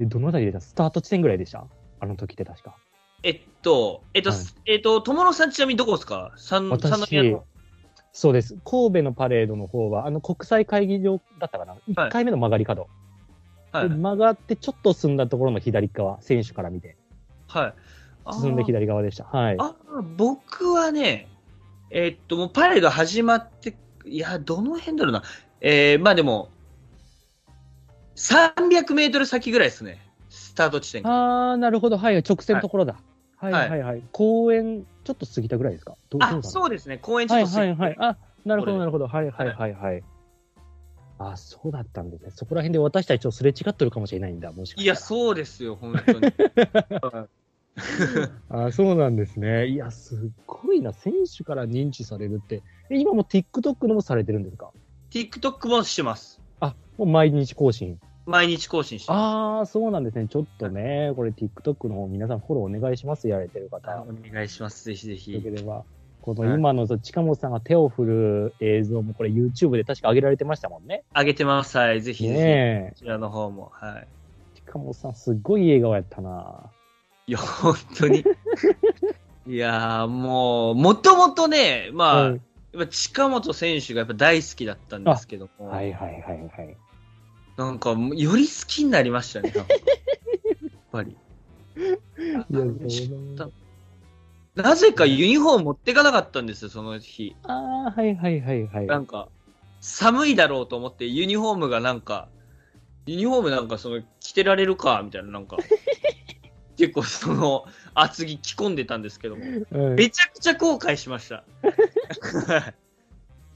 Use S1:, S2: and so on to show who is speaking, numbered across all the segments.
S1: えどのあたりでしたスタート地点ぐらいでしたあの時って確か。
S2: えっと、えっと、
S1: はい
S2: えっと、友野さんちなみにどこですか三三宮
S1: 私
S2: の。、
S1: そうです。神戸のパレードの方は、あの国際会議場だったかな ?1 回目の曲がり角。
S2: はい
S1: で。曲がってちょっと進んだところの左側、選手から見て、
S2: はい。あー
S1: 進んで左側でした。はい。
S2: あー、僕はね、えっと、もうパレード始まって、いや、どの辺だろうな。えー、まあでも、300メートル先ぐらいですね。スタート地点が。
S1: あー、なるほど。はい。直線のところだ。はいいはいはい。公園、ちょっと過ぎたぐらいですかどうどうだろ
S2: あ、
S1: う
S2: そうですね。公園ちょ
S1: は
S2: っ
S1: い
S2: と過
S1: は
S2: ぎ
S1: い
S2: て
S1: はい。あ、なるほ
S2: これ
S1: どなるほど。はいはいはいはい。あ、そうだったんですね。そこら辺で私たちとすれ違ってるかもしれないんだ。もしかしたら。
S2: いや、そうですよ、本当 に。
S1: あそうなんですね。いや、すっごいな。選手から認知されるって。え今も TikTok のもされてるんですか
S2: TikTok もしてます。
S1: あ、もう毎日更新。
S2: 毎日更新してま
S1: ああ、そうなんですね。ちょっとね、これ TikTok の方皆さんフォローお願いします。やられてる
S2: す。あ
S1: 方。
S2: お願いします、ぜひぜ
S1: よけ
S2: ひ。
S1: れば。こ
S2: はい
S1: の今のそう近本さんが手を振る映像もこれ YouTube で確か上げられてましたもんね。
S2: あげてます、はい、ぜひぜ
S1: ね
S2: ひ。こちらの方も、はい。
S1: え。近本さんすっごい笑顔やったな。
S2: いや、本 当に。いやーもう、もともとね、まあ、
S1: うん
S2: やっぱ近本選手がやっぱ大好きだったんですけども、
S1: はいはいはいはい。
S2: なんか、より好きになりましたね、なんかやっぱり。
S1: いや、
S2: し
S1: そう
S2: たなぜかユニフォーム持ってかなかったんですよ、その日。
S1: ああ、はいはいはいはい。
S2: なんか、寒いだろうと思って、ユニフォームがなんか、ユニフォームなんかその、着てられるか、みたいな、なん か、結構その、厚着着込んでたんですけども、
S1: うん
S2: めちゃくちゃ後悔しま した。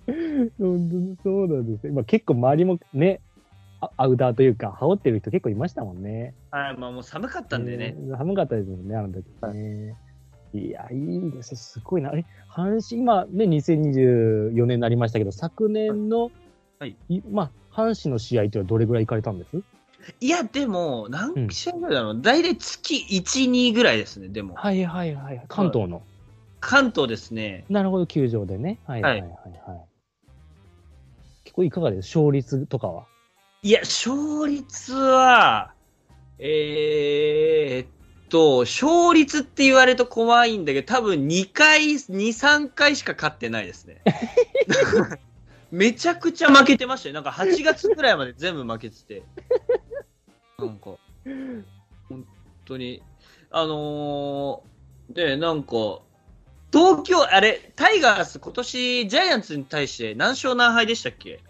S1: 本当にそうなんですね。まあ、結構周りもね、あアウターというか、羽織ってる人結構いましたもんね。
S2: はい、まあもう寒かったんでね。
S1: えー。寒かったですもんね、あの時ね。いや、いいです。すごいな。あれ、阪神、今ね、2024年になりましたけど、昨年の、
S2: はい
S1: いまあ、阪神の試合っていうのはどれぐらい行かれたんです
S2: いや、でも、
S1: う
S2: 何
S1: ん
S2: 試合ぐらいだろう。大体月1、2ぐらいですね、でも。
S1: はいはいはい。関東の。
S2: 関東ですね。
S1: なるほど、球場でね。はいはいはい、はい。結構いかがです勝率とかは。
S2: いや、勝率は、えーっと、勝率って言われると怖いんだけど、多分2回、2、3回しか勝ってないですね。めちゃくちゃ負けてましたよ。なんか8月くらいまで全部負けてて。なんか、本当に。あのー、で、なんか、東京、あれ、タイガース今年ジャイアンツに対して何勝何敗でしたっけ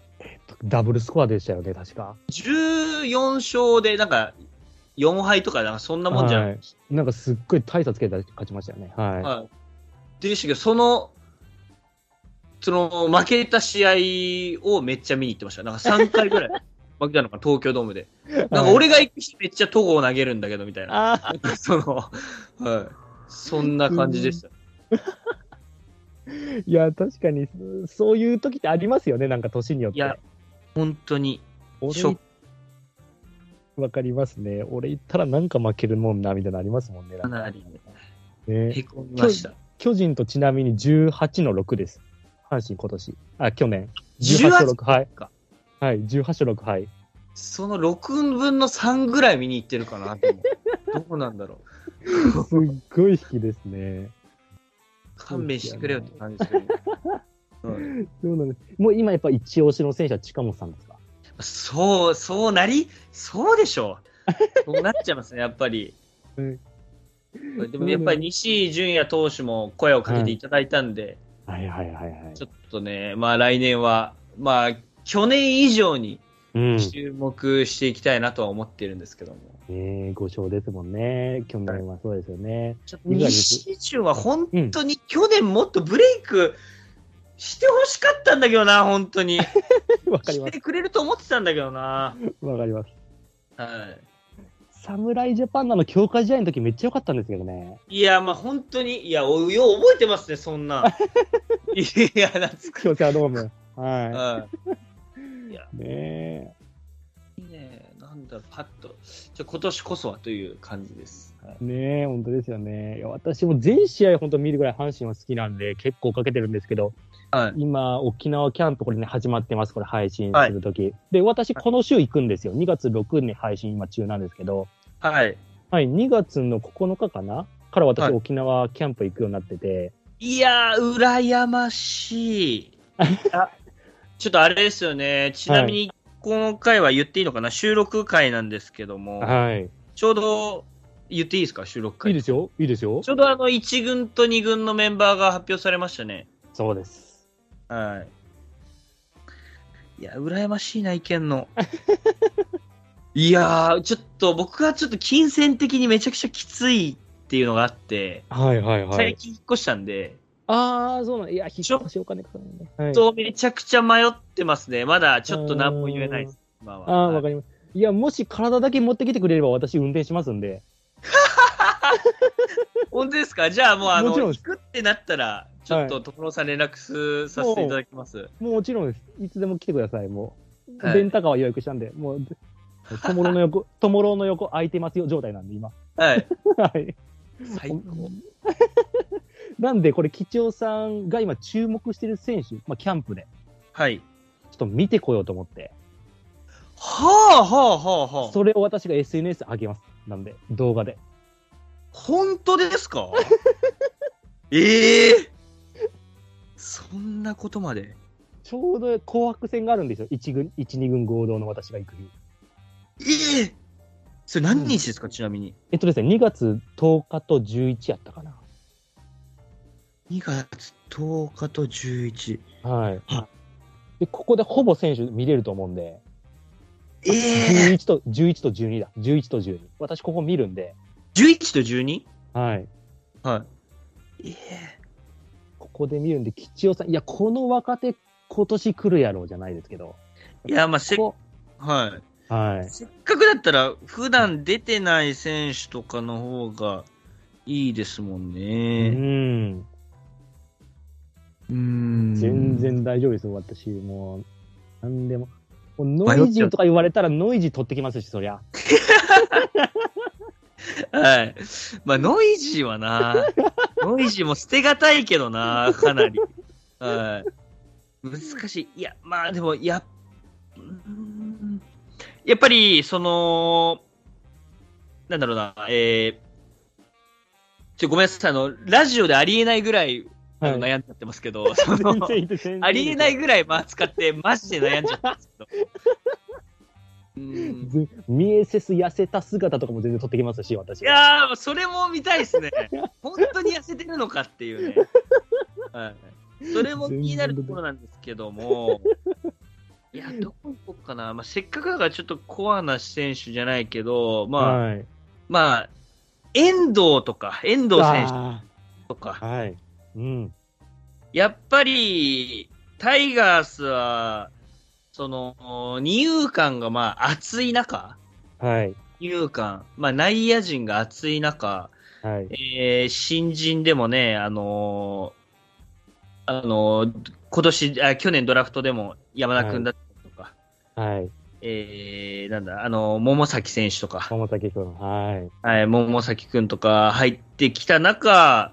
S1: ダブルスコアでしたよね、確か。
S2: 14勝で、なんか、4敗とか、なんかそんなもんじゃない。
S1: なんかすっごい大差つけて勝ちましたよね。はい。
S2: はい。でしたけど、その、その、負けた試合をめっちゃ見に行ってました。なんか3回ぐらい 負けたのかな、東京ドームで。なんか俺が行く日めっちゃ戸郷投げるんだけど、みたいな。
S1: あ
S2: なんかその、はい。そんな感じでした。
S1: いや、確かに、そういう時ってありますよね、なんか年によって。
S2: いや、本当に。
S1: 俺
S2: ショック
S1: わかりますね。俺行ったらなんか負けるもんな、みたいなのありますもんね。
S2: かなり
S1: ね
S2: へこみました。
S1: 巨人とちなみに18の6です。阪神今年。あ、去年。18
S2: 18
S1: 勝6敗
S2: か。
S1: はい、18勝6敗。
S2: その6分の3ぐらい見に行ってるかな、でもどうなんだろう。
S1: すっごい引きですね。
S2: 勘弁してくれよって感じですけ ど、うん
S1: そうなんです。もう今やっぱ一押しの選手は近本さんですか
S2: そう、そうなり、そうでしょう。そうなっちゃいますね、やっぱり。
S1: うん
S2: でもやっぱり西井純也投手も声をかけていただいたんで、
S1: はいはいはいはい。
S2: ちょっとね、まあ来年は、まあ去年以上に
S1: うん。
S2: 注目していきたいなとは思ってるんですけども。
S1: えー、5勝ですもんね。去年はそうですよね。
S2: ちょっと西井純は本当に去年もっとブレイクしてほしかったんだけどな、本当に。
S1: わかります。
S2: してくれると思ってたんだけどな。
S1: わかります。
S2: はい。
S1: 侍ジャパンなの強化試合の時めっちゃ良かったんですけどね。
S2: いや、まあ本当に、いや、およう覚えてますね、そ んな。いや、懐かしい。
S1: 京セラドーム。は
S2: はい
S1: い。ね
S2: いねなんだろう、パッと。じゃあ今年こそはという感じです。はい
S1: え、ねえ、本当ですよね。いや私も全試合本当見るぐらい阪神は好きなんで、結構追っかけてるんですけど、
S2: はい
S1: 今、沖縄キャンプこれね、始まってます。これ配信する時で、私この週行くんですよ。2月6日に配信今中なんですけど、
S2: はい。
S1: はい、2月の9日かなから私、
S2: はい
S1: 沖縄キャンプ行くようになってて、
S2: いやー、羨ましい。あちょっとあれですよね。ちなみに、今回は言っていいのかな、収録回なんですけども、
S1: はい。
S2: ちょうど、言っていいですか収録
S1: い
S2: 回。
S1: いですよ、いいですよ
S2: ち。ょうどあの、1軍と2軍のメンバーが発表されましたね。
S1: そうです。
S2: はい。いや、羨ましいな、意見の。 いやー、ちょっと僕はちょっと金銭的にめちゃくちゃきついっていうのがあって、
S1: はいはいは
S2: 最
S1: い。
S2: 近引っ越したんで、
S1: ああ、そうなんいや、引
S2: ちょ
S1: っ越しお金かかるね。はい、
S2: とめちゃくちゃ迷ってますね。まだちょっと何も言えないです。今は
S1: ああ、わかります。いや、もし体だけ持ってきてくれれば私運転しますんで。
S2: 本当ですかじゃあもうあの、
S1: もちろん
S2: 行
S1: です
S2: くってなったら、ちょっと所さん連絡すさせていただきます。
S1: もちろんです。いつでも来てください、もう。
S2: はい
S1: レンタカーは予約したんで、もう、トモロの 横、トモロの横空いてますよ状態なんで、今。
S2: はい。
S1: はい。
S2: 最高。
S1: なんで、これ、吉尾さんが今注目してる選手、まあ、キャンプで、
S2: はい。
S1: ちょっと見てこようと思って、
S2: はあはあはあはあ。
S1: それを私が SNS 上げます。なんで、動画で。
S2: 本当です かええそんなことまで。
S1: ちょうど紅白戦があるんですよ。1軍、一2軍合同の私が行く日。
S2: ええそれ何日ですか、ちなみに。
S1: えっとですね、2月10日と11やったかな。
S2: 2月10日と11。
S1: はい
S2: は。
S1: で、ここでほぼ選手見れると思うんで、
S2: ええ
S1: 11と、11と12だ。11と12。私ここ見るんで、
S2: 11と 12?
S1: はい。
S2: はい。ええ
S1: ここで見るんで、吉尾さん、いや、この若手、今年来るやろうじゃないですけど。
S2: いやまあせ
S1: こ
S2: はい。
S1: こはい。
S2: せっかくだったら、普段出てない選手とかの方がいいですもん
S1: う
S2: ね。
S1: ん。
S2: うーん
S1: 全。然大丈夫ですよ、私。もう、なんでも。もうノイジーとか言われたらノイジー取ってきますし、そりゃ。
S2: はい。まあ、ノイジー はな、ノイジーも捨てがたいけどな、かなり。はい。難しい。いや、まあでも、やっ、うーんやっぱり、その、なんだろうな、えー、ちょ、ごめんなさい、あの、ラジオでありえないぐらい、あの
S1: はい。
S2: 悩んじゃってますけど、そ の
S1: 全然いいです全然いいです
S2: ありえないぐらい間使って、マジで悩んじゃったんですけど。 うーん
S1: ずミエセス痩せた姿とかも全然撮ってきますし、私。
S2: いやー、それも見たいですね。 本当に痩せてるのかっていうね。はい、それも気になるところなんですけども、 いや、どこ行こうかな、まあ、せっかくだからちょっとコアな選手じゃないけど、まあ、
S1: はい。
S2: まあ、遠藤とか、遠藤選手
S1: あ
S2: とか
S1: ー、はい。うん。
S2: やっぱり、タイガースは、その、二遊間がまあ、熱い中、
S1: はい。
S2: 二遊間、まあ、内野陣が熱い中、
S1: はい。
S2: えー新人でもね、あのーあのー今年あ、去年ドラフトでも山田君だったりとか、
S1: はい。
S2: えーなんだ、あのー桃崎選手とか、
S1: 桃崎君。はい。
S2: はい、桃崎君とか入ってきた中、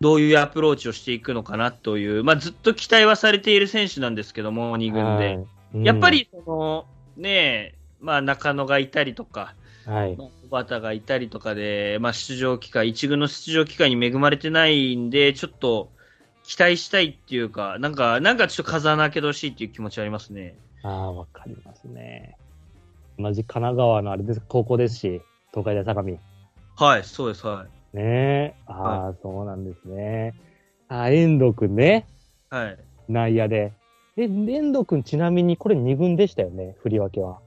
S2: どういうアプローチをしていくのかなという、まあ、ずっと期待はされている選手なんですけども、2軍で。
S1: はいうん
S2: やっぱ、りその、ねえまあ、中野がいたりとか、
S1: はい。
S2: まあ小畑がいたりとかで、まあ、出場機会、一軍の出場機会に恵まれてないんで、ちょっと期待したいっていうか、なんか、なんかちょっと風穴開けてほしいっていう気持ちありますね。
S1: ああ、わかりますね。同じ神奈川のあれです、高校ですし、東海大相模。ね
S2: はい、そうです、は
S1: え。ああ、そうなんですね。ああ、遠藤君ね。
S2: い。はい。
S1: 内野で。え、遠藤君ちなみにこれ2軍でしたよね、振り分けは。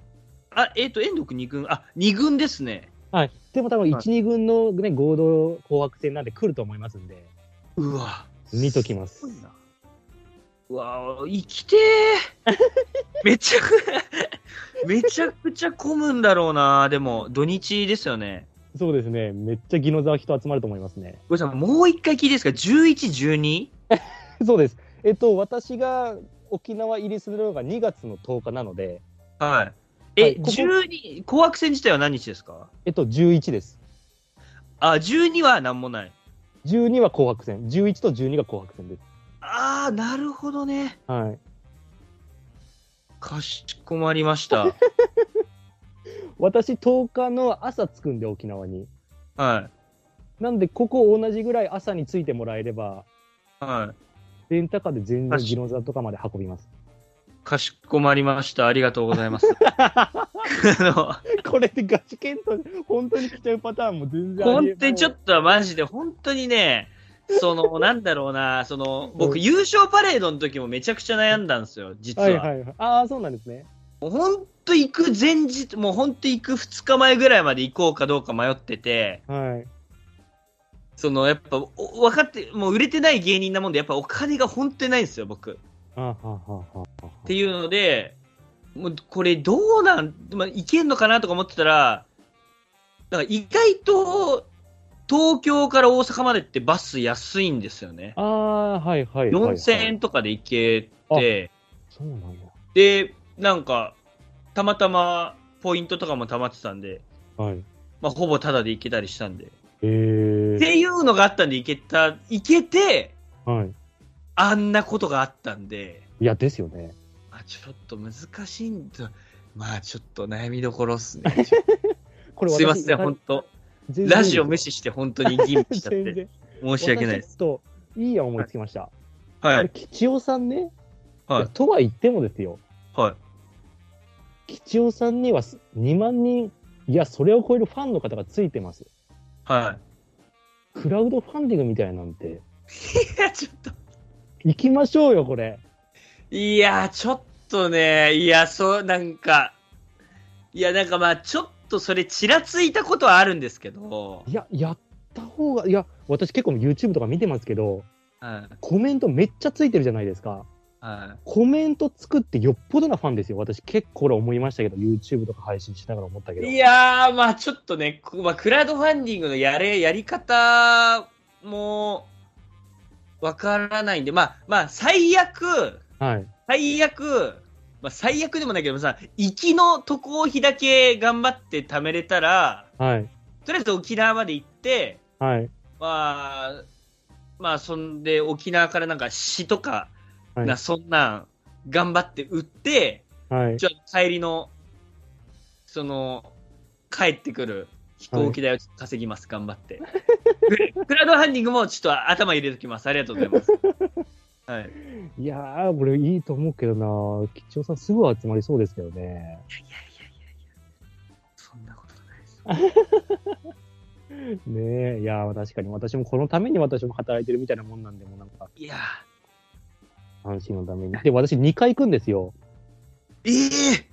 S2: あ、えっ、と、遠藤君2軍、あ、2軍ですね。
S1: はい。でも多分1、
S2: はい
S1: 2軍のね、合同紅白戦なんで来ると思いますんで、
S2: うわ。
S1: 見ときますす
S2: ごい。なうわ生きてー めちゃく、めちゃくちゃ混むんだろうなでも、土日ですよね。
S1: そうですね。めっちゃギノザ人集まると思いますね。
S2: ごめんなさい、もう一回聞いていいですか ?11、12?
S1: そうです。えっと、私が沖縄入りするのが2月の10日なので、
S2: はい。え、
S1: はいここ
S2: 12、紅白戦自体は何日ですか
S1: えっと、11です。
S2: あ、12は何もない。
S1: 12は紅白戦。11と12が紅白戦です。
S2: ああ、なるほどね。
S1: はい。
S2: かしこまりました。
S1: 私10日の朝着くんで、沖縄に。
S2: は
S1: なんで、ここ同じぐらい朝に着いてもらえれば、
S2: い。はい。
S1: レンタカーで全然
S2: 確か
S1: ギノザとかまで運びます。
S2: かしこまりました。ありがとうござい ます。あの、
S1: これでガチ検討、本当に来ちゃうパターンも全然あ
S2: 本
S1: りえ
S2: 当にちょっとマジで、本当にね、そ の、なんだろうな、その、僕、優勝パレードの時もめちゃくちゃ悩んだんですよ、実は。
S1: はいはいはい。ああ、そうなんですね。
S2: もう本当行く前日、もう本当行く2日前ぐらいまで行こうかどうか迷ってて、
S1: はい。
S2: その、やっぱ、お分かって、もう売れてない芸人なもんで、やっぱお金が本当にないんですよ、僕。っ
S1: あはははは。
S2: ていうので、もうこれどうなん、まあ、行けんのかなとか思ってたら、なんか意外と、東京から大阪までってバス安いんですよね。
S1: ああ、はいはいはい、はい。
S2: 4000円とかで行け
S1: あ
S2: て、
S1: そうなんだ。
S2: で、なんか、たまたまポイントとかも溜まってたんで、
S1: はい。
S2: まあ、ほぼタダで行けたりしたんで。
S1: えー
S2: っ。ていうのがあったんで、行けた、行けて、
S1: はい。
S2: あんなことがあったんで、
S1: いや、ですよね。
S2: まあ、ちょっと難しいんだ。まあ、ちょっと悩みどころっすね。
S1: こ
S2: すいません、本当
S1: 当
S2: ラジオ無視して本当に吟味しちゃっ
S1: 全
S2: て、
S1: 然。
S2: 申し訳ないです。
S1: 私ちょっと、いいや思いつきました。
S2: は
S1: あれ、
S2: い、
S1: 吉尾さんね、
S2: はい
S1: やとは言ってもですよ、
S2: はい。
S1: 吉尾さんにはす2万人、いや、それを超えるファンの方がついてます。
S2: は
S1: クラウドファンディングみたいなんて、
S2: い。いや、ちょっと。
S1: 行きましょうよ、これ。
S2: いやー、ちょっとね、いや、そう、なんか、いや、なんかまあ、ちょっとそれ、ちらついたことはあるんですけど、
S1: いや、やった方が、いや、私結構 YouTube とか見てますけど、
S2: はい、
S1: コメントめっちゃついてるじゃないですか。
S2: は
S1: コメント作ってよっぽどなファンですよ。私結構これ思いましたけど、YouTube とか配信しながら思ったけど。
S2: い。いやー、まあ、ちょっとね、くまあ、クラウドファンディングのやれ、やり方も、わからないんで、まあ、まあ、最悪、
S1: はい。
S2: 最悪、まあ、最悪でもないけどさ、行きの渡航費だけ頑張って貯めれたら、
S1: はい。
S2: とりあえず沖縄まで行って、
S1: はい。
S2: まあ、まあ、そんで沖縄からなんか詩とか、
S1: はい
S2: なそんなん頑張って売って、
S1: はい。
S2: じゃあ帰りの、その、帰ってくる飛行機代をちょっと稼ぎます、頑張って。ククラウドファンディングもちょっと頭入れときます。ありがとうございます。はい、
S1: いやー、これいいと思うけどな吉尾さんすぐ集まりそうですけどね。
S2: そんなことないです。
S1: ねえ、いやー、確かに私もこのために私も働いてるみたいなもんなんで、もうなんか、
S2: いや
S1: 安心のために。で、私2回行くんですよ。
S2: ーええ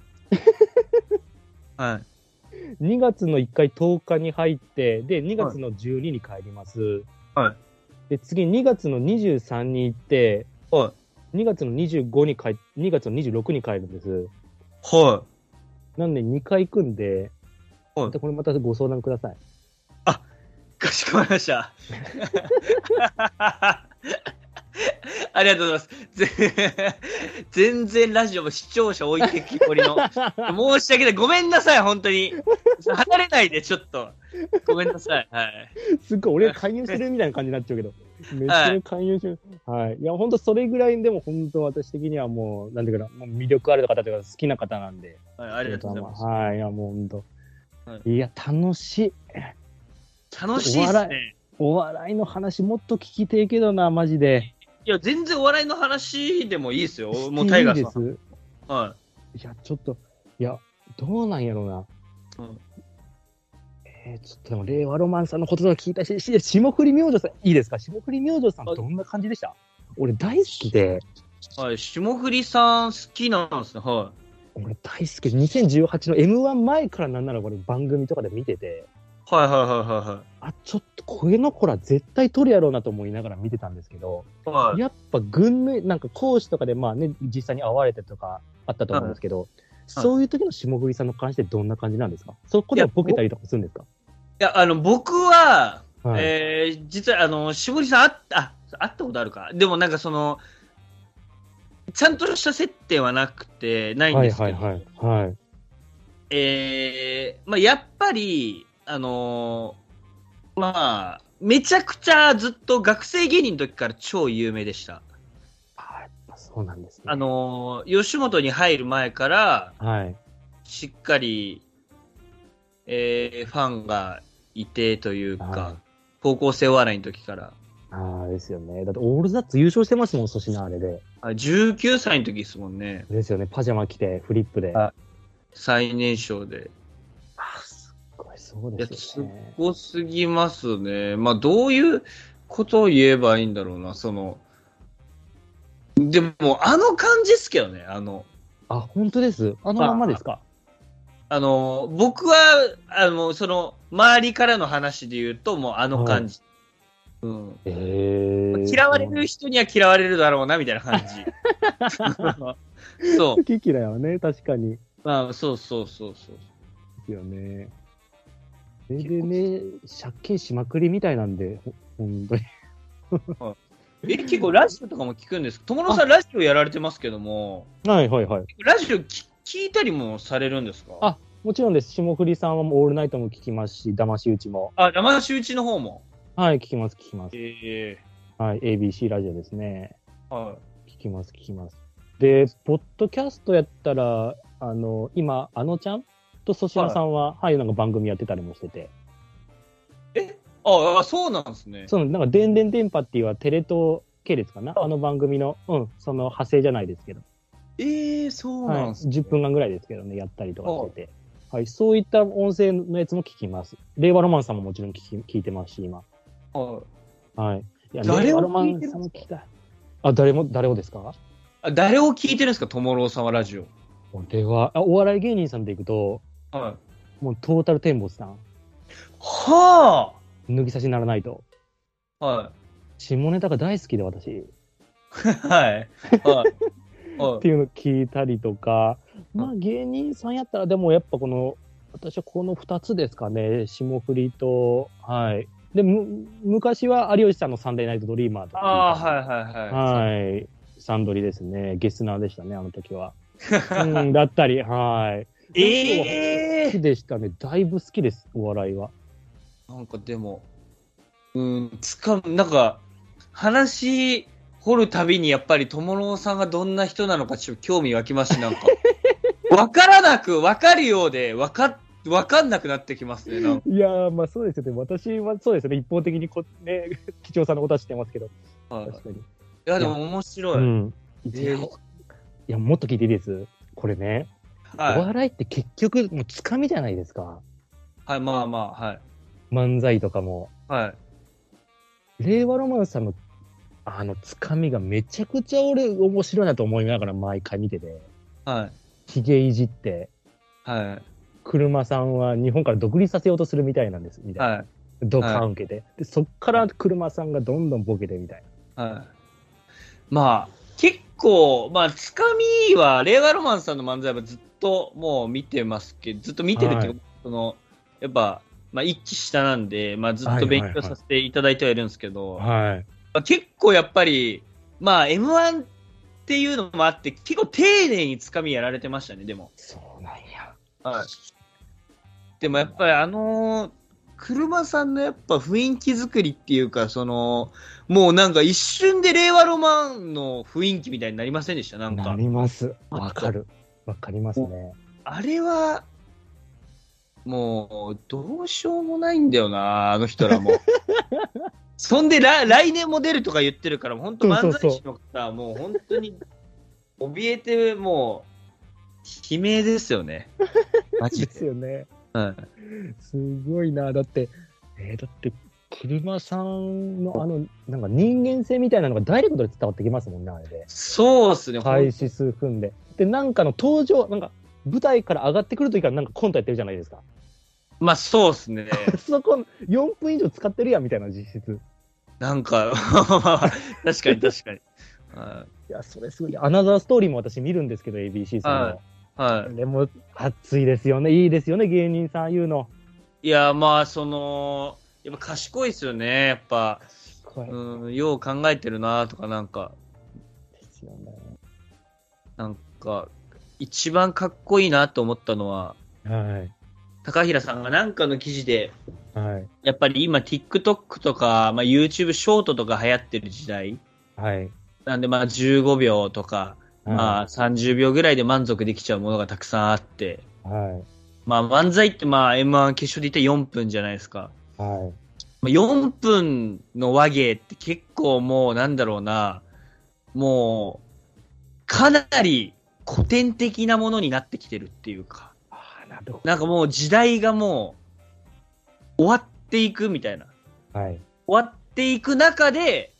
S2: はい、
S1: 2月の1回10日に入って、で、2月の12に帰ります。
S2: はい。
S1: で、次2月の23に行って、
S2: は
S1: 2月の25に帰、2月の26に帰るんです。
S2: は
S1: なんで2回行くんで、
S2: はい
S1: またこれまたご相談ください。
S2: い、かしこまりました。 ありがとうございます。ぜ全然ラジオも視聴者置いてきぼりの。申し訳ない。ごめんなさい、本当に。離れないで、ちょっと。ごめんなさい。はい。
S1: すっごい俺が勧誘してるみたいな感じになっちゃうけど。めっちゃ勧誘してる。はい。いや、ほんとそれぐらいでも本当私的にはもう、なんていうかな、もう魅力ある方というか好きな方なんで。
S2: はいあ
S1: あ
S2: りがとうございます。
S1: はい。いや、もう本当。、
S2: はい
S1: や、楽しい。
S2: 楽しいで
S1: お
S2: す
S1: 笑
S2: ね。
S1: お笑いの話もっと聞きてえけどな、マジで。
S2: いや、全然お笑いの話でもいいですよ。もうタイガーさ
S1: していいです
S2: ん。はい
S1: や、ちょっと、いや、どうなんやろうな。
S2: うん
S1: えーちょっとでも、令和ロマンさんのこととか聞いたし、し霜降り明星さん、いいですか霜降り明星さん、
S2: あ
S1: どんな感じでした俺大好きで、
S2: い。はい。霜降りさん好きなんですね。は
S1: 俺大好きで、2018の M1 前からなんならこれ番組とかで見てて、
S2: い。はいはいは
S1: あ、ちょっとこの子ら絶対取るやろうなと思いながら見てたんですけど、
S2: いはい。はい。
S1: やっぱ群名、なんか講師とかでまあね、実際に会われてとかあったと思うんですけど、そういう時の霜降りさんの関してどんな感じなんですかそこではボケたりとかするんですか
S2: いや、あの、僕は、
S1: はい
S2: えー実は、あの、絞りさん、あった、あ会ったことあるか。でも、なんかその、ちゃんとした接点はなくて、ないん
S1: は
S2: で
S1: い
S2: すけど、
S1: はいはい。はい。
S2: えーまあ、やっぱり、あのーまあ、めちゃくちゃずっと学生芸人の時から超有名でした。
S1: あやっぱそうなんですね。
S2: あのー吉本に入る前から、
S1: はい。
S2: しっかり、えーファンがいてという
S1: は
S2: か、高校生お笑いの時から。
S1: ああ、ですよね。だって、オールザッツ優勝してますもん、粗品あれで。
S2: あ19歳の時ですもんね。
S1: ですよね。パジャマ着て、フリップで。
S2: あ
S1: あ
S2: 最年少で。
S1: あ、すっごい、そうですよね。
S2: 多すぎますね。まあ、どういうことを言えばいいんだろうな、その。でも、あの感じっすけどね、あの。
S1: あ、本当です。あのまんまですか。
S2: あの、僕は、あの、その、周りからの話で言うと、もうあの感じ。うん。
S1: ええ
S2: 嫌われる人には嫌われるだろうな、みたいな 感じ。そう。
S1: 好 き嫌いはね、確かに。で
S2: まあ、そうそうそうそう。
S1: すよね。それでね、借金しまくりみたいなんで、ほ本当に。
S2: え、結構ラジオとかも聞くんです友野さんラジオやられてますけども、
S1: はいはいはい。
S2: ラジオき聞いたりもされるんですか
S1: あもちろんです。霜降りさんはもうオールナイトも聞きますし、騙し討ちも。
S2: あ、山田修一の方も。
S1: はい、聞きます、聞きます。
S2: ええ
S1: はい、ABC ラジオですね。
S2: はい。
S1: 聞きます、聞きます。で、ポッドキャストやったら、あの、今、あのちゃんと粗品さんは、はい、なんか番組やってたりもしてて。
S2: ああ、そうなんですね。
S1: その、なんか、でんでん電波っていうはテレ東系列かなあの番組の、うん、その派生じゃないですけど。
S2: ええそう
S1: は、
S2: ないんですね。
S1: 10分間ぐらいですけどね、やったりとかしてて。はい、そういった音声のやつも聞きます。令和ロマンさんももちろん聞き聞いてますし、今。
S2: はい
S1: はい。いや
S2: 誰を
S1: 令和ロマンさんも聞きたい。あ、誰も、誰をですか
S2: あ誰を聞いてるんですか、友郎さんはラジオ。
S1: 俺は、あお笑い芸人さんでいくと、
S2: はい。
S1: もうトータルテンボスさん。
S2: は
S1: 抜き差しにならないと。
S2: あは
S1: 下ネタが大好きで、私。
S2: い。 はい。はい。
S1: っ
S2: は
S1: て いうの聞いたりとか、まあ芸人さんやったら、でもやっぱこの、私はこの2つですかね、霜降りと、はい。で、む昔は有吉さんのサンデーナイトドリーマーとか。
S2: ああー、はいはいはい。
S1: はい。サンドリですね。ゲスナーでしたね、あの時 は。うん、だったり、はい。
S2: ええ
S1: 好きでしたね。だいぶ好きです、お笑いは。
S2: なんかでも、うん、つかむ、なんか、話、掘るたびにやっぱり友郎さんがどんな人なのかちょっと興味湧きますし、なん か、わからなく、わかるようで、わか、わかんなくなってきますね、なんか。
S1: いやー、まあそうですよね。私はそうですよね。一方的にこ、ね、 貴重さんのことは知ってますけど。
S2: はいい
S1: 確かに。
S2: や、でも面白い。
S1: うん。
S2: え
S1: いや、
S2: え
S1: いやもっと聞いていいです。これね。お
S2: はい。
S1: 笑いって結局、もうつかみじゃないですか。
S2: はい、まあまあ、はい。
S1: 漫才とかも。
S2: はい。
S1: 令和ロマンスさんの、あの、つかみがめちゃくちゃ俺、面白いなと思いながら毎回見てて。
S2: はい。
S1: ひげいじって、
S2: はい。
S1: 車さんは日本から独立させようとするみたいなんです、みたいな。
S2: はい。
S1: ドカン受けて。で、そっから車さんがどんどんボケてみたい
S2: はい。まあ、結構、まあ、つかみは、令和ロマンさんの漫才はずっともう見てますけど、ずっと見てるっていうか、その、やっぱ、まあ、一期下なんで、まあ、ずっと勉強させていただいてはいるんですけど、
S1: な。はい。
S2: まあ結構やっぱり、まあ、M1 っていうのもあって、結構丁寧につかみやられてましたね、でも。
S1: そうなんや。
S2: はい。でもやっぱりあのー車さんのやっぱ雰囲気作りっていうか、その、もうなんか一瞬で令和ロマンの雰囲気みたいになりませんでしたなん
S1: な
S2: か。
S1: ります。わかる。わかりますね。
S2: あれは、もう、どうしようもないんだよな、あの人 らもう。そんで来、来年も出るとか言ってるから、本当
S1: そう
S2: 漫
S1: そうそう
S2: 才師の方はもう本当に、怯えて、もう、悲鳴ですよね。 マジ
S1: です
S2: で。
S1: よね。
S2: うん
S1: すごいな。だって、えーだって、車さんのあの、なんか人間性みたいなのがダイレクトで伝わってきますもんね、あれで。
S2: そうっすね、
S1: 開始数分で。で、なんかの登場、なんか舞台から上がってくるときからなんかコントやってるじゃないですか。
S2: まあそうっすね。
S1: そこ、4分以上使ってるやんみたいな実質。
S2: なんか、 確かに確かに。はい
S1: いや、それすごい。アナザーストーリーも私見るんですけど、ABC さんの。
S2: はいは
S1: でも、熱いですよね。いいですよね、芸人さん言うの。
S2: い。いや、まあ、その、やっぱ賢いっすよね、やっぱ。
S1: これ
S2: うん、よう考えてるなとか、なんか、
S1: ですよ
S2: なんか、一番かっこいいなと思ったのは、
S1: ね。
S2: 高平さんがなんかの記事で、
S1: はい。はい。
S2: やっぱり今 TikTok とか、まあ、YouTube ショートとか流行ってる時代。
S1: はい。
S2: なんでまあ15秒とか、まあ30秒ぐらいで満足できちゃうものがたくさんあって、
S1: はい。
S2: まあ漫才ってまあ M1 決勝で言ったら4分じゃないですか。
S1: は
S2: まあ4分の和芸って結構もうなんだろうな、もう、かなり古典的なものになってきてるっていうか、
S1: い。ああ、なるほ
S2: なんかもう時代がもう終わっていくみたいな。
S1: ど。はい。
S2: 終わっていく中で、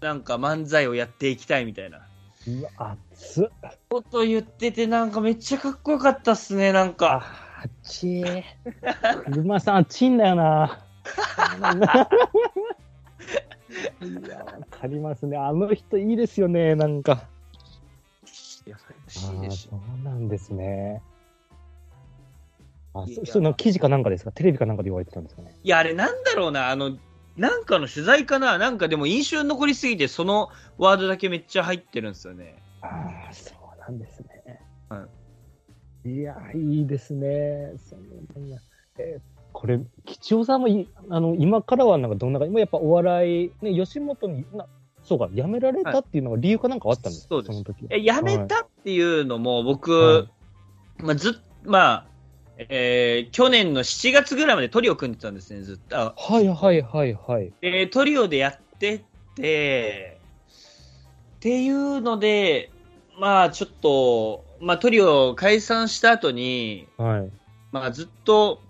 S2: なんか漫才をやっていきたいみたいな。
S1: うわ、熱っ。
S2: こと言っててなんかめっちゃかっこよかったっすね、なんか。
S1: あっちー。群馬さん、あっちいんだよな。いや、わかりますね。あの人いいですよね、なんか。
S2: いや、
S1: あ
S2: 嬉しい
S1: ー
S2: です
S1: そうなんですね。あ、
S2: い
S1: そ
S2: や
S1: その記事かなんかですかテレビかなんかで言われてたんですかね。
S2: いや、あれなんだろうな、あの、なんかの取材かななんかでも印象に残りすぎて、そのワードだけめっちゃ入ってるんですよね。
S1: ああ、そうなんですね。。
S2: はい
S1: いや、いいですね。そういやえーこれ、吉尾さんもいあの今からはなんかどんな感じ、もうやっぱお笑い、ね、吉本にな、そうか、辞められたっていうのが理由かなんかあったんですか、
S2: はいそうです
S1: の時は。
S2: え、やめたっていうのも、僕、
S1: は
S2: まあ、ずっまあ、えー去年の7月ぐらいまでトリオ組んでたんですね、ずっと。あ
S1: はいはいはいはい。
S2: で、トリオでやってて、っていうので、まあちょっと、まあトリオ解散した後に、
S1: はい。
S2: まあずっと、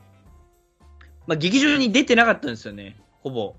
S2: まあ劇場に出てなかったんですよね、ほぼ。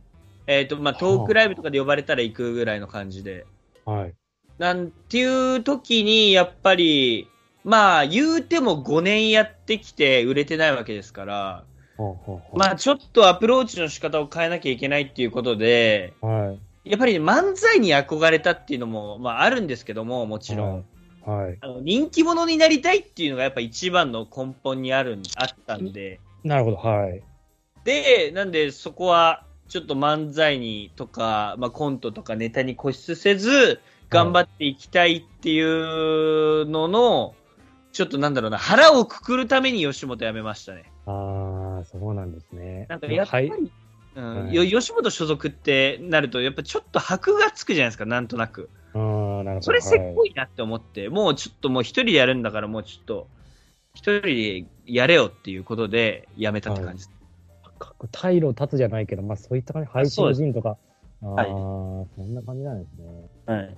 S2: えっ、と、まあトークライブとかで呼ばれたら行くぐらいの感じで。
S1: はい。
S2: なんていう時に、やっぱり、まあ言うても5年やってきて売れてないわけですから、
S1: ほうほうほう
S2: まあちょっとアプローチの仕方を変えなきゃいけないっていうことで、
S1: はい。も
S2: やっぱり、ね、漫才に憧れたっていうのも、まあ、あるんですけども、もちろん、。
S1: はい。
S2: あの人気者になりたいっていうのがやっぱ一番の根本にあるんあったんで、
S1: なるほど、はい。
S2: で、なんでそこはちょっと漫才にとか、まあ、コントとかネタに固執せず、頑張っていきたいっていうのの、ちょっとなんだろうな、腹をくくるために吉本辞めましたね。
S1: ああ、そうなんですね。
S2: なんかやっぱ
S1: は
S2: り、
S1: い。
S2: うん
S1: はい
S2: よ吉本所属ってなると、やっぱちょっと箔がつくじゃないですか、なんとなく。
S1: あーなるほど。
S2: それせっこ
S1: い。
S2: いなって思って、もうちょっともう一人でやるんだから、もうちょっと、一人でやれよっていうことで、やめたって感じです。
S1: 各退路を立つじゃないけど、まあそういった感じ、配信人とか。ああ
S2: はい
S1: ー、そんな感じなんですね。
S2: はい。
S1: ああ、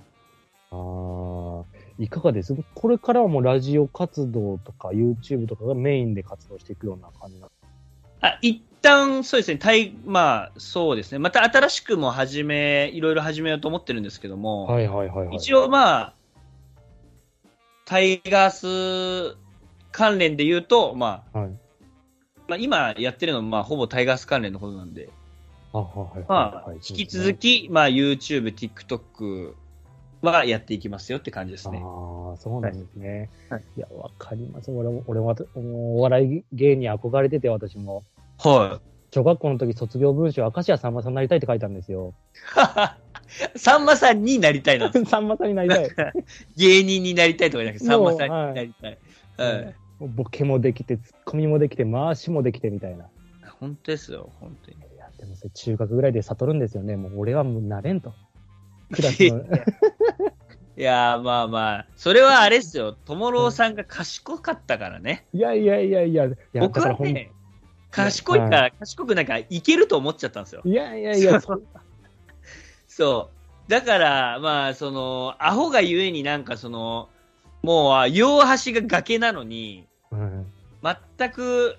S1: いかがですこれからはもうラジオ活動とか YouTube とかがメインで活動していくような感じなんです
S2: あ、一旦、そうですね、たい、まあ、そうですね、また新しくも始め、いろいろ始めようと思ってるんですけども、
S1: かはいはいはいはい。
S2: 一応まあ、タイガース関連で言うと、まあ、
S1: はい
S2: まあ、今やってるのは、まあ、ほぼタイガース関連のことなんで、
S1: あはいはいはい
S2: まあ
S1: はい、、
S2: 引き続き、まあ、YouTube、TikTok はやっていきますよって感じですね。
S1: ああ、そうなんですね。
S2: はいい、
S1: や、わかります。俺も、俺も、もうお笑い芸に憧れてて、私も。
S2: は
S1: 小学校の時卒業文集、明石家さんまさんになりたいって書いたんですよ。
S2: い。 さんまさんになりたいなんです。
S1: さんまさんになりたい。
S2: 芸人になりたいとかじゃなくて、さんまさんになりた
S1: も
S2: い。
S1: う
S2: は
S1: はい
S2: い。
S1: もうボケもできて、ツッコミもできて、回しもできてみたいな。
S2: 本当ですよ、本当に。
S1: いや、でもそれ中学ぐらいで悟るんですよね。もう俺はもうなれんと。クラスの
S2: いやー、まあまあ、それはあれですよ、ともろうさんが賢かったからね。
S1: いやいやいやいや、いや
S2: 僕
S1: だから
S2: は
S1: ほん
S2: ね、賢いから、
S1: は
S2: 賢くなんかいけると思っちゃったんですよ。
S1: いやいやいや、そ
S2: そう。だから、まあ、その、アホがゆえになんかその、もう、両端が崖なのに、
S1: うん
S2: 全く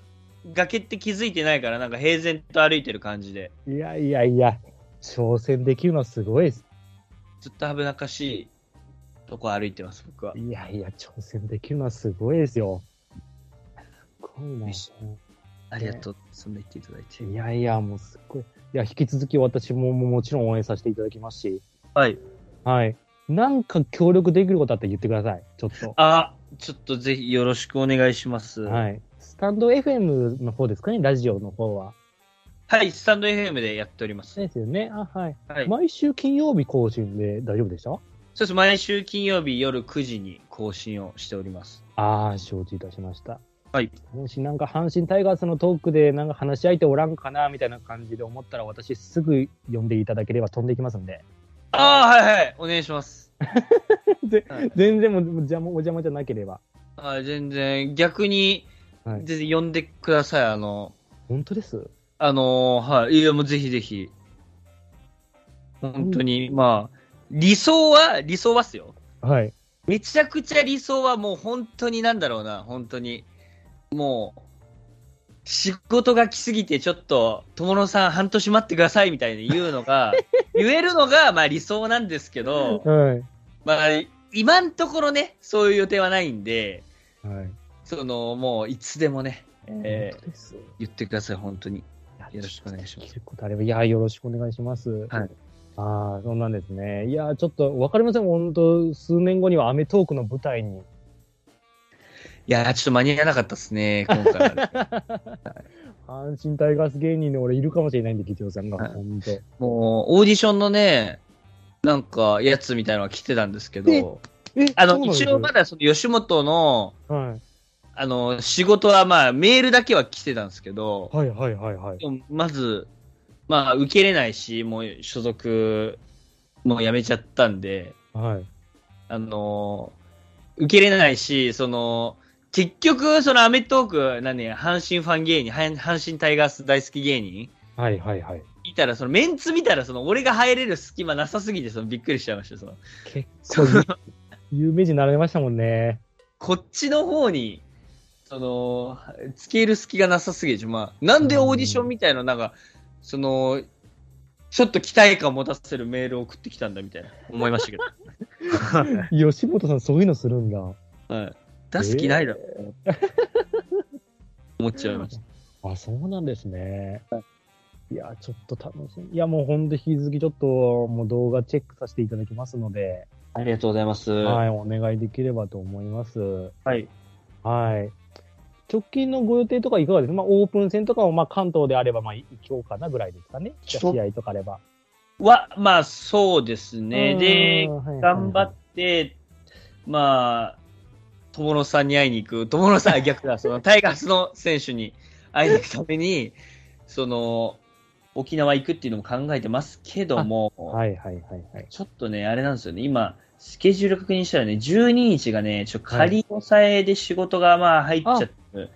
S2: 崖って気づいてないから、なんか平然と歩いてる感じで、
S1: いやいやいや、挑戦できるのはすごいです。
S2: ずっと危なっかしいとこ歩いてます、僕は。
S1: いやいや、挑戦できるのはすごいですよ。すごいな
S2: よしありがとう、そんな言っていただいて。
S1: いやいや、もうすっごい。いや、引き続き私ももうもちろん応援させていただきますし、
S2: はい。
S1: はい。なんか協力できることあったら言ってください。ちょっと。
S2: あ、ちょっとぜひよろしくお願いします。はい、
S1: はい。スタンド FM の方ですかね、ラジオの方は。
S2: スタンド FM でやっております。
S1: ですよね。あ、はい。
S2: はい。
S1: 毎週金曜日更新で大丈夫でした
S2: そうです。毎週金曜日夜9時に更新をしております。
S1: ああ、承知いたしました。
S2: はい。
S1: もしなんか阪神タイガースのトークでなんか話し相手おらんかなみたいな感じで思ったら私すぐ呼んでいただければ飛んでいきますんで。
S2: ああ、はいはい。お願いし ます。
S1: ぜ
S2: はい
S1: 全然もう邪魔お邪魔じゃなければ。
S2: あー全然、逆に、
S1: はい
S2: ぜひ呼んでください。あの、
S1: 本当です
S2: あのーはい。いや、もうぜひぜひ。本当に、まあ、理想は、理想はっすよ。
S1: はい。
S2: めちゃくちゃ理想はもう本当になんだろうな、本当に。もう、仕事が来すぎてちょっと、友野さん半年待ってくださいみたいに言うのが、言えるのが、まあ理想なんですけど、
S1: はい。
S2: まあ、今のところね、そういう予定はないんで、
S1: はい。
S2: その、もういつでもね、えー
S1: 本当です。よ
S2: 言ってください、本当に。よろしくお願いします
S1: 聞くことあれば、いや、よろしくお願いします。
S2: はい。
S1: ああ、そうなんですね。いや、ちょっとわかりません。本当数年後にはアメトークの舞台に。
S2: いやー、ちょっと間に合わなかったですね、今回は。
S1: 阪神タイガース芸人の俺いるかもしれないんで、議長さんが。
S2: はい
S1: 本当。
S2: もう、オーディションのね、なんか、やつみたいなのが来てたんですけど、
S1: え
S2: あの、一応まだその吉本の、
S1: だ。はい。
S2: あの、仕事はまあ、メールだけは来てたんですけど、
S1: はいはいはいはい。
S2: でもまず、まあ、受けれないし、もう所属、もう辞めちゃったんで、
S1: はい。
S2: あの、受けれないし、その、結局、そのアメトーク、何、阪神ファン芸人、阪阪神タイガース大好き芸人、
S1: はいはいはい。
S2: いたら、そのメンツ見たら、その俺が入れる隙間なさすぎて、そのびっくりしちゃいました、その。
S1: 結構、有名人になられましたもんね。
S2: こっちの方に、その、つける隙がなさすぎるし、まあ、なんでオーディションみたいな、なんか、その、ちょっと期待感を持たせるメールを送ってきたんだみたいな、思いました けど。
S1: 吉本さんそういうのするんだ。
S2: はい、出す気ないだろ、思っちゃいました。
S1: あ、そうなんですね。いや、ちょっと楽しみ。いや、もうほんと引き続きちょっと、もう動画チェックさせていただきますので、
S2: ありがとうございます。
S1: はい
S2: は、
S1: お願いできればと思います。
S2: い。
S1: はい。直近のご予定とかいかがですかまあ、オープン戦とかも、まあ、関東であれば、まあ、行こうかなぐらいですかね。
S2: ち
S1: 試
S2: ょ
S1: 合とかあれば。
S2: は、まあ、そうですね。で
S1: う、ん、はい
S2: 頑張って、まあ、友野さんに会いに行く、友野さんは逆だ、そのタイガースの選手に会いに行くために、 その、沖縄行くっていうのも考えてますけども、
S1: はいはいはいはい。
S2: ちょっとね、あれなんですよね、今、スケジュール確認したらね、12日がね、ちょっと仮押さえで仕事がまあ入っちゃってる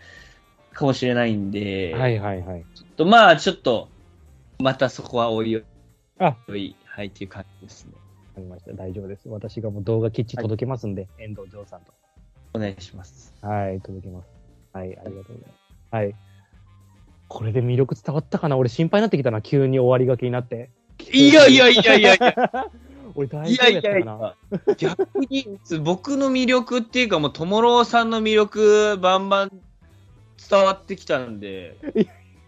S2: かもしれないんで、
S1: はいはいはい。
S2: ちょっとまあちょっと、またそこはおいおい
S1: あ、
S2: おい、はいっていう感じですね。
S1: わかりました。大丈夫です。私がもう動画きっちり届けますんで、遠藤城さんと。
S2: お願いします。
S1: はい、届けます。はい、ありがとうございます。はい。これで魅力伝わったかな俺心配になってきたな、急に終わりがけにな って。
S2: いやいやいやいやいや。
S1: 俺大
S2: い
S1: 丈夫
S2: や
S1: や
S2: いや
S1: った
S2: い
S1: かな
S2: や、逆に僕の魅力っていうか、もう、ともろさんの魅力、バンバン伝わってきたんで、
S1: い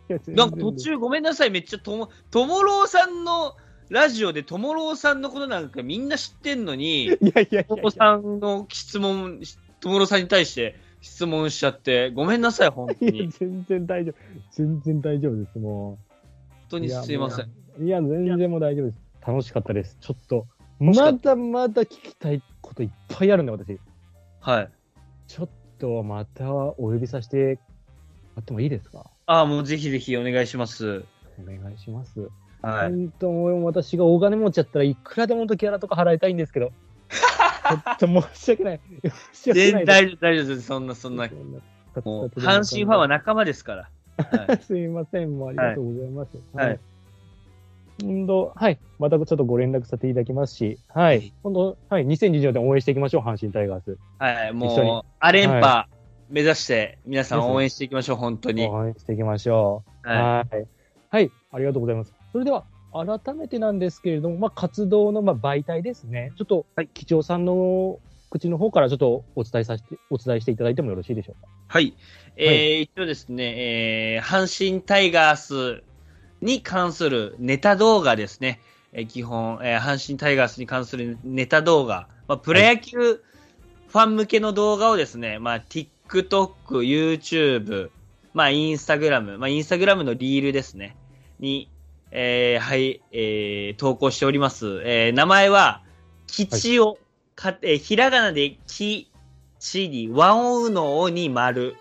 S1: や
S2: なんか途中、ごめんなさい、めっちゃとも、ともろさんのラジオで、ともろさんのことなんかみんな知ってんのに、
S1: いやいやい
S2: と
S1: や
S2: も
S1: い
S2: ろ
S1: や。
S2: さんの質問、ともろさんに対して質問しちゃって、ごめんなさい、本当
S1: いや
S2: に。
S1: 全然大丈夫。全然大丈夫です、も
S2: 本当にすいません。
S1: う。いや、全然もう大丈夫です。楽しかったです。ちょっと、まだまだ聞きたいこといっぱいあるんで、私。
S2: はい。
S1: ちょっと、またお呼びさせてもらってもいいですか
S2: ああ、もうぜひぜひお願いします。
S1: お願いします。
S2: はい。
S1: 本当もう私が大金持ちやったらいくらでも本当ギャラとか払いたいんですけ ど。ちょっと申し訳ない。申し訳
S2: 全
S1: な
S2: 然
S1: い
S2: 大丈夫、大丈夫です。そんな、そんな。もう、阪神ファンは仲間ですから。はい。
S1: すいません、もうありがとうございます。
S2: はいはい。
S1: 今度、はい。またちょっとご連絡させていただきますし、は
S2: はい
S1: い。今度、はい。2024年応援していきましょう、阪神タイガース。
S2: はい、
S1: 一緒
S2: も
S1: に
S2: う、アレン
S1: は
S2: パ目指して、皆さ
S1: です
S2: ん
S1: ね
S2: 応援していきましょう、本当に。
S1: 応援していきましょう。
S2: は
S1: はい。はい。ありがとうございます。それでは、改めてなんですけれども、まあ、活動のまあ媒体ですね。ちょっと、
S2: はい
S1: 機長さんの口の方からちょっとお伝えさせて、お伝えしていただいてもよろしいでしょうか。
S2: い。はい。えー、一応ですね、えー、阪神タイガースに関するネタ動画ですね。えー、基本、えー、阪神タイガースに関するネタ動画。まあ、プロ野球ファン向けの動画をですね、まあ、TikTok、YouTube、まあ、Instagram、まあ、Instagram のリールですね。に、えー、はい、えー、投稿しております。えー、名前は、吉を、かえーひらがなで、き、ちに、ワンオウのおに丸。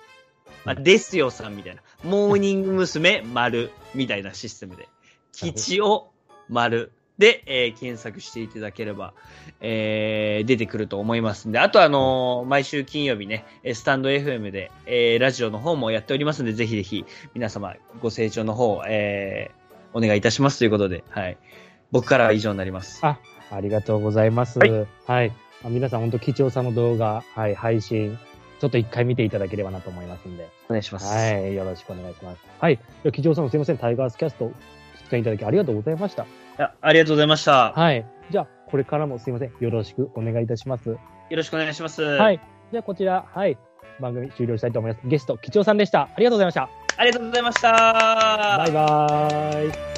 S2: まあ、ですよさんみたいな。モーニング娘。丸。みたいなシステムで。吉を、丸。で、えー検索していただければ、えー出てくると思いますんで、あとあのー毎週金曜日ね、えースタンド FM で、えーラジオの方もやっておりますんで、ぜひぜひ皆様ご清聴の方、えーお願いいたしますということで、はい。僕からは以上になります。
S1: あ、ありがとうございます。はい。あ皆さん、本当、貴重さんの動画、はい、配信、ちょっと一回見ていただければなと思いますんで。
S2: お願いします。
S1: はい。よろしくお願いします。はい。では貴重さん、すいません。タイガースキャスト、出演いただきありがとうございました。
S2: あありがとうございました。
S1: はい。じゃあ、これからもすいません。よろしくお願いいたします。
S2: よろしくお願いします。
S1: は。い。じゃあ、こちら、はい。番組終了したいと思います。ゲスト、貴重さんでした。ありがとうございました。
S2: ありがとうございました。
S1: バイバーイ。